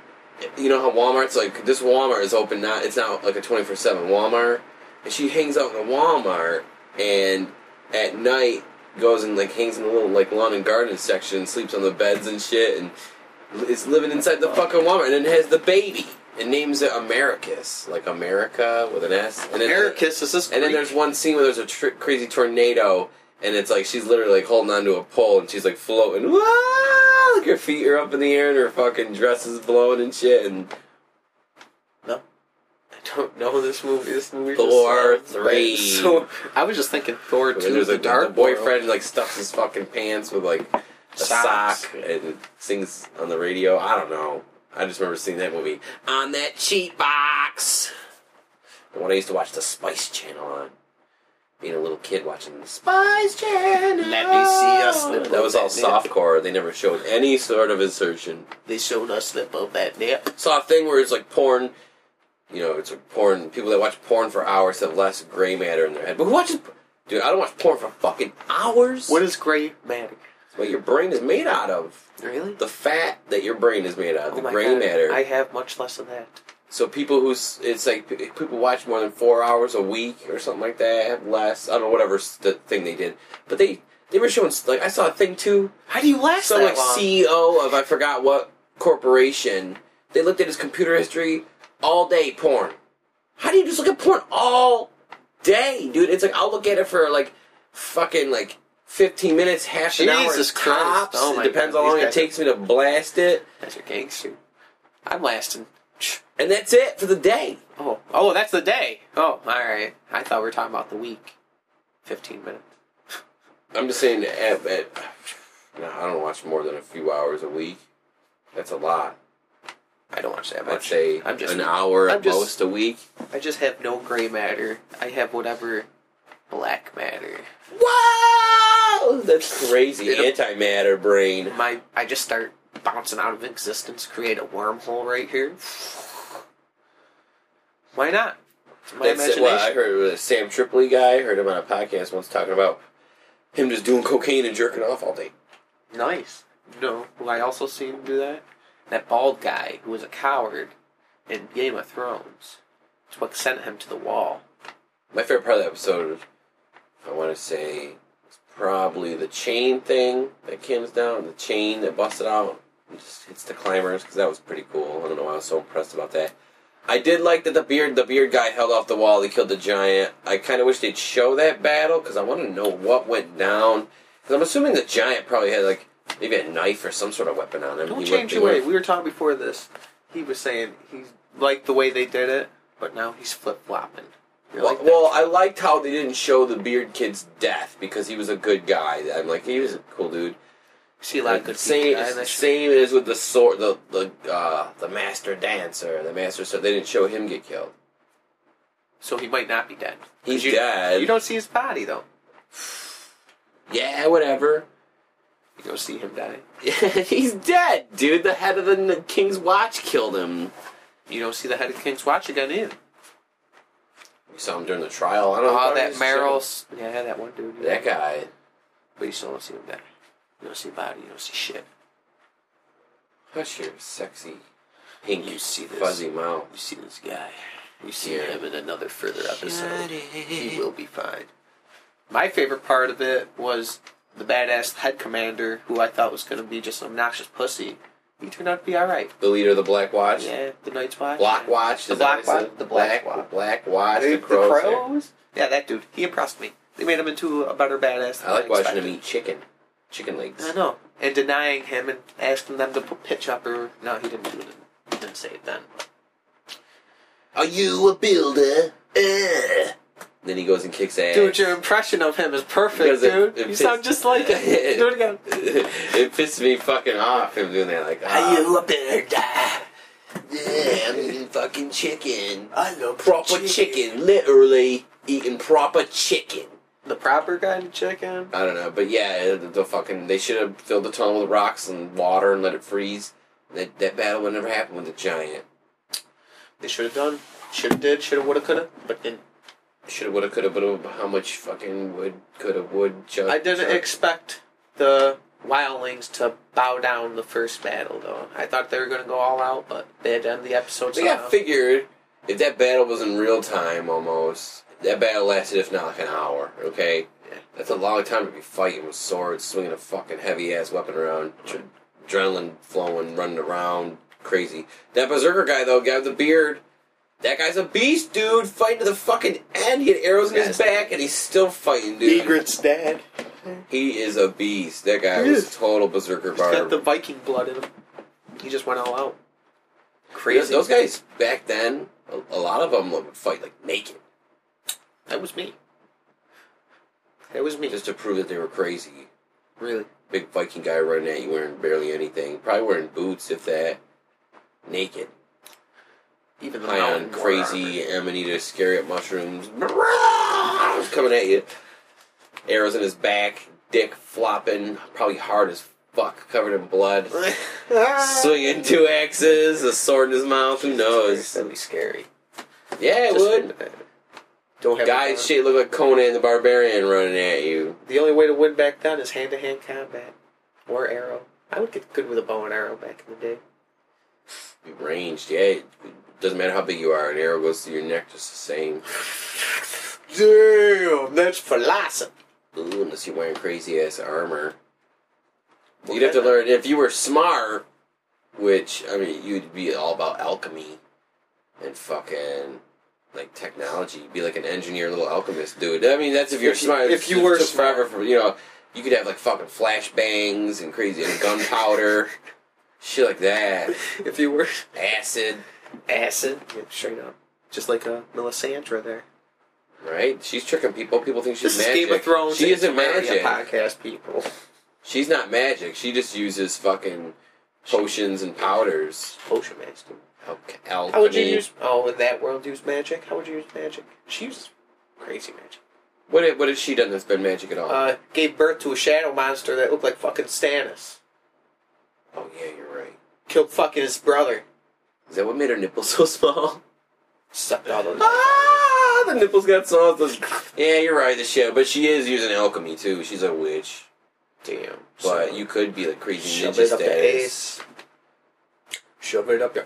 you know how Walmart's like this Walmart is open now. It's now like a twenty four seven Walmart, and she hangs out in a Walmart and at night goes and like hangs in the little like lawn and garden section, sleeps on the beds and shit, and is living inside the fucking Walmart and then has the baby and names it Americus, like America with an S. And then, Americus is this. And then there's one scene where there's a tr- crazy tornado and it's like she's literally like holding onto a pole and she's like floating. Whoa! Like her feet are up in the air and her fucking dress is blowing and shit. And no. I don't know this movie. This movie. Thor just- three. So I was just thinking Thor And two. there's the like dark the boyfriend like stuffs his fucking pants with like a Socks. sock and sings on the radio. I don't know. I just remember seeing that movie on that cheat box. The one I used to watch the Spice Channel on. being a little kid watching the Spies Channel. Let me see a slip. That was all soft. softcore. They never showed any sort of insertion. They showed us slip of that nip. Soft thing where it's like porn. You know, it's like porn. People that watch porn for hours have less gray matter in their head. But who watches? Dude, I don't watch porn for fucking hours. What is gray matter? It's what your brain is made out of. Really? The fat that your brain is made out of. Oh The my gray God, matter. I have much less of that. So people who's it's like p- people watch more than four hours a week or something like that have less. I don't know whatever s- the thing they did, but they they were showing s- like I saw a thing too. How do you last Some that like long? CEO of I forgot what corporation. They looked at his computer history all day porn. How do you just look at porn all day, dude? It's like I'll look at it for like fucking like fifteen minutes, half an hour. Jesus tops. Christ. Oh it my depends God, how long these it guys- takes me to blast it, That's your gangster. I'm lasting. and that's it for the day. Oh, oh, that's the day. Oh, all right. I thought we were talking about the week. Fifteen minutes. I'm just saying, at, at, no, I don't watch more than a few hours a week. That's a lot. I don't watch that I'd much. say I'm just- an hour I'm at just- most a week. I just have no gray matter. I have whatever black matter. Wow, that's crazy. It'll- Antimatter brain. My I just start bouncing out of existence, create a wormhole right here. Why not? It's my That's imagination. what I heard. Was Sam Tripoli guy. I heard him on a podcast once talking about him just doing cocaine and jerking off all day. Nice. No, who I also seen do that? That bald guy who was a coward in Game of Thrones. It's what sent him to the wall. My favorite part of the episode, I want to say, is probably the chain thing that comes down, the chain that busted out and just hits the climbers, because that was pretty cool. I don't know why I was so impressed about that. I did like that the beard the beard guy held off the wall. He killed the giant. I kind of wish they'd show that battle because I want to know what went down. Because I'm assuming the giant probably had like maybe a knife or some sort of weapon on him. Don't He change wouldn't- your way. he We were talking before this. He was saying he liked the way they did it, but now he's flip flopping. Well, well, I liked how they didn't show the beard kid's death because he was a good guy. I'm like, he was a cool dude. see a lot of good same, CGI in that shit. same as with the sword, the the uh, the master dancer, the master. So they didn't show him get killed. So he might not be dead. He's you, dead. You don't see his body though. yeah, whatever. You don't see him die. He's dead, dude. The head of the n- king's watch killed him. You don't see the head of King's Watch again either. We saw him during the trial. I don't know. Oh, if I that was- Meryl's. Yeah, that one dude. That guy. But you still don't see him die. You don't see body. You don't see shit. Hush your sexy, pink, You see this. fuzzy mouth. You see this guy. You see Yeah. him in another further episode. He will be fine. My favorite part of it was the badass head commander, who I thought was going to be just an obnoxious pussy. He turned out to be all right. The leader of the Black Watch. Yeah, the Night's Watch. Black Watch. The is that Black what it Watch. said? The Black Watch. Black Watch. The, The, the crows. crows. there. Yeah, that dude. He impressed me. They made him into a better badass. Than I like watching him expected. eat chicken. Chicken legs. I know. And denying him and asking them to p- pitch up or no, he didn't do it. He didn't say it then. Are you a builder? Eh. Then he goes and kicks ass. Dude, your impression of him is perfect, Because it- dude. it you pissed- sound just like him. Do it again. it pissed me fucking off him doing that. Like, ah. Are you a builder? Yeah, I'm eating fucking chicken. I love Proper chicken. literally eating proper chicken. The proper kind of chicken. I don't know, but yeah, the, the fucking they should have filled the tunnel with rocks and water and let it freeze. That that battle would never happen with the giant. They should have done. Should have did. Should have. Would have. Could have. But didn't. Should have, would have, could have, but how much fucking wood could have wood? Chuck, I didn't chuck. expect the wildlings to bow down the first battle, though. I thought they were going to go all out, but they had to end the episode. So yeah, somehow. I figured if that battle was in real time almost, that battle lasted if not like an hour, okay? Yeah. That's a long time to be fighting with swords, swinging a fucking heavy ass weapon around, tr- adrenaline flowing, running around, crazy. That berserker guy, though, guy with the beard, that guy's a beast, dude, fighting to the fucking end. He had arrows in his Yes. back, and he's still fighting, dude. dad. He is a beast. That guy He was is. total berserker He's got the barb. Viking blood in him. He just went all out. Those Crazy. those guys back then, a, a lot of them would fight like naked. That was me. That was me. just to prove that they were crazy. really. Big Viking guy running at you wearing barely anything, probably wearing boots if that, naked, Even the high on mountain wore crazy amanita scariot mushrooms. "Pow!" coming at you. Arrows in his back, dick flopping, probably hard as fuck, covered in blood. Swinging two axes, a sword in his mouth. Who knows? That'd be scary. Yeah, it Just would. think about it. Don't have Guy a- shit look like Conan the Barbarian running at you. The only way to win back then is hand to hand combat or arrow. I would get good with a bow and arrow back in the day. Ranged, yeah. It doesn't matter how big you are, an arrow goes through your neck just the same. Damn, that's philosophy. Ooh, unless you're wearing crazy ass armor. You'd have to learn if you were smart, which I mean, you'd be all about alchemy and fucking like technology. You'd be like an engineer, little alchemist dude. I mean, that's if you're If you- smart. if you It were took forever for you know, you could have like fucking flashbangs and crazy and gunpowder, shit like that, If you were acid. acid, yeah, straight up. Just like a Melisandre there. Right? She's tricking people. People think she's This magic. is Game of Thrones. She and isn't Terraria magic. podcast people. She's not magic. She just uses fucking potions and powders. Potion master. Al- alchemy. How would you use? Oh, in that world, use magic. How would you use magic? She uses crazy magic. What have, what has she done that's been magic at all? Uh, gave birth to a shadow monster that looked like fucking Stannis. oh yeah, you're right. Killed fucking his brother. Is that what made her nipples so small? Sucked all those. Ah, the nipples got small. Those- Yeah, you're right. The shit, but she is using alchemy too. She's a witch. Damn. But you could be like crazy shove ninja it up the status. ace. Shove it up your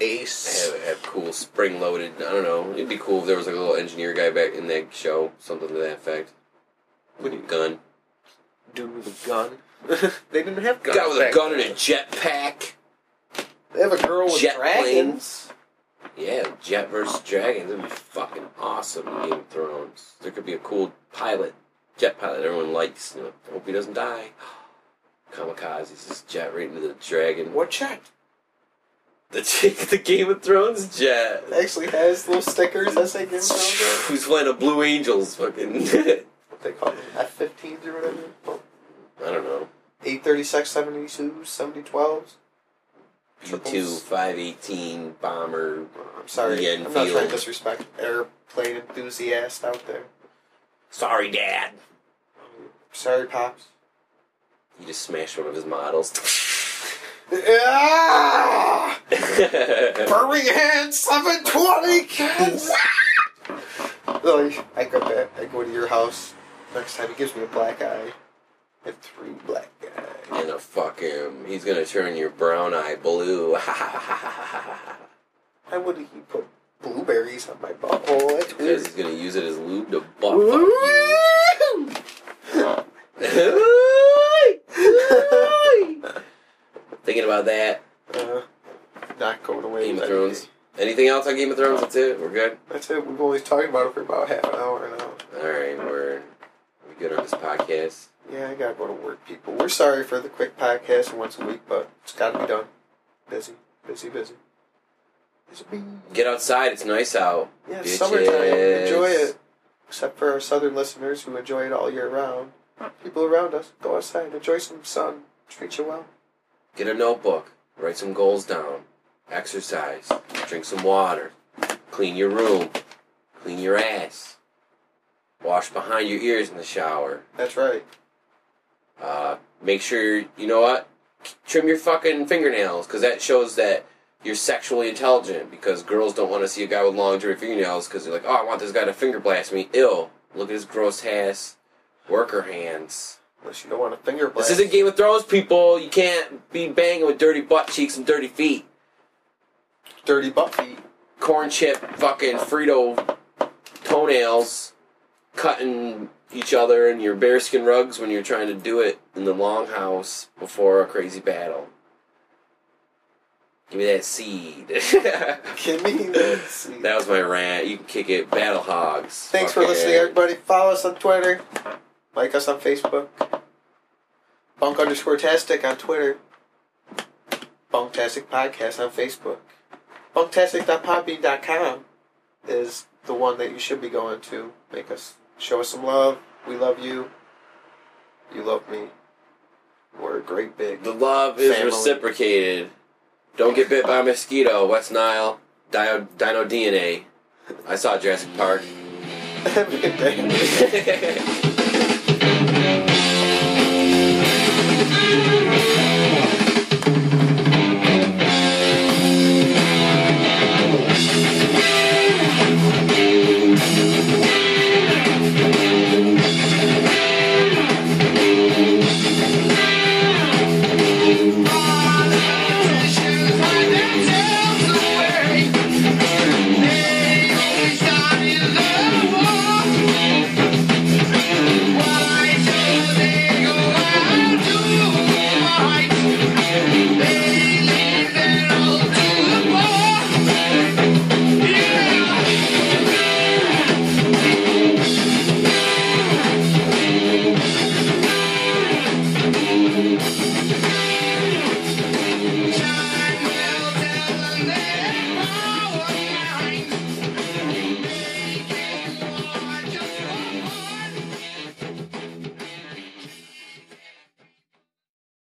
ace. Have, have cool spring loaded. I don't know. It'd be cool if there was like a little engineer guy back in that show, something to that effect. What do you Gun. dude with a gun? they didn't have guns. Guy with a back gun and then. a jetpack. They have a girl with Jet dragons. Yeah, Jet versus Dragons. That'd be fucking awesome in Game of Thrones. There could be a cool pilot, jet pilot everyone likes. You know, hope he doesn't die. Kamikazes just jet right into the dragon. What jet? The chick, the Game of Thrones jet. Actually has little stickers that say Game of Thrones. Who's flying a Blue Angels fucking. I What they call them? F-15s or whatever. don't know. Eight thirty-six, seventy-two, seventy twelves. U 2 518 bomber. I'm sorry. The I'm not trying Enfield. to disrespect airplane enthusiast out there. Sorry, Dad. Sorry, pops. He just smashed one of his models. Ah! Birmingham 720 kids. like, I go back. I go to your house next time. He gives me a black eye. And three black guys. And a fuck him. He's gonna turn your brown eye blue. Why would he put blueberries on my butthole? That's Because weird. he's gonna use it as lube to butt fuck you. Thinking about that, Uh, not going away. Game of with Thrones. anything. Anything else on Game of Thrones? That's it. We're good. That's it. We've only talked about it for about half an hour now. All right, we're we good on this podcast. Yeah, I gotta go to work, people. We're sorry for the quick podcast once a week, but it's gotta be done. Busy, busy, busy. Busy bee. Get outside. It's nice out. Yeah, bitches. summertime. Enjoy it. Except for our southern listeners who enjoy it all year round. People around us, go outside, enjoy some sun, treat you well. Get a notebook. Write some goals down. Exercise. Drink some water. Clean your room. Clean your ass. Wash behind your ears in the shower. That's right. Uh, make sure you know what. Trim your fucking fingernails because that shows that you're sexually intelligent. Because girls don't want to see a guy with long term fingernails because they're like, oh, I want this guy to finger blast me. Ill. Look at his gross ass. Worker hands. Unless you don't want a finger blast. This isn't Game of Thrones, people. You can't be banging with dirty butt cheeks and dirty feet. dirty butt feet. Corn chip fucking Frito toenails cutting each other in your bearskin rugs when you're trying to do it in the longhouse before a crazy battle. Give me that seed. that Give me that seat. was my rant. You can kick it. Battle hogs. Thanks for Fuck listening, yeah. everybody. Follow us on Twitter. Like us on Facebook. Bunk underscore Tastic on Twitter. Bunktastic Podcast on Facebook. Bunktastic.podbean.com is the one that you should be going to. Make us show us some love. We love you. You love me. We're a great big. The love is Family. reciprocated. Don't get bit by a mosquito. West Nile. Dino, Dino DNA. I saw Jurassic Park. Have a good day. Bye.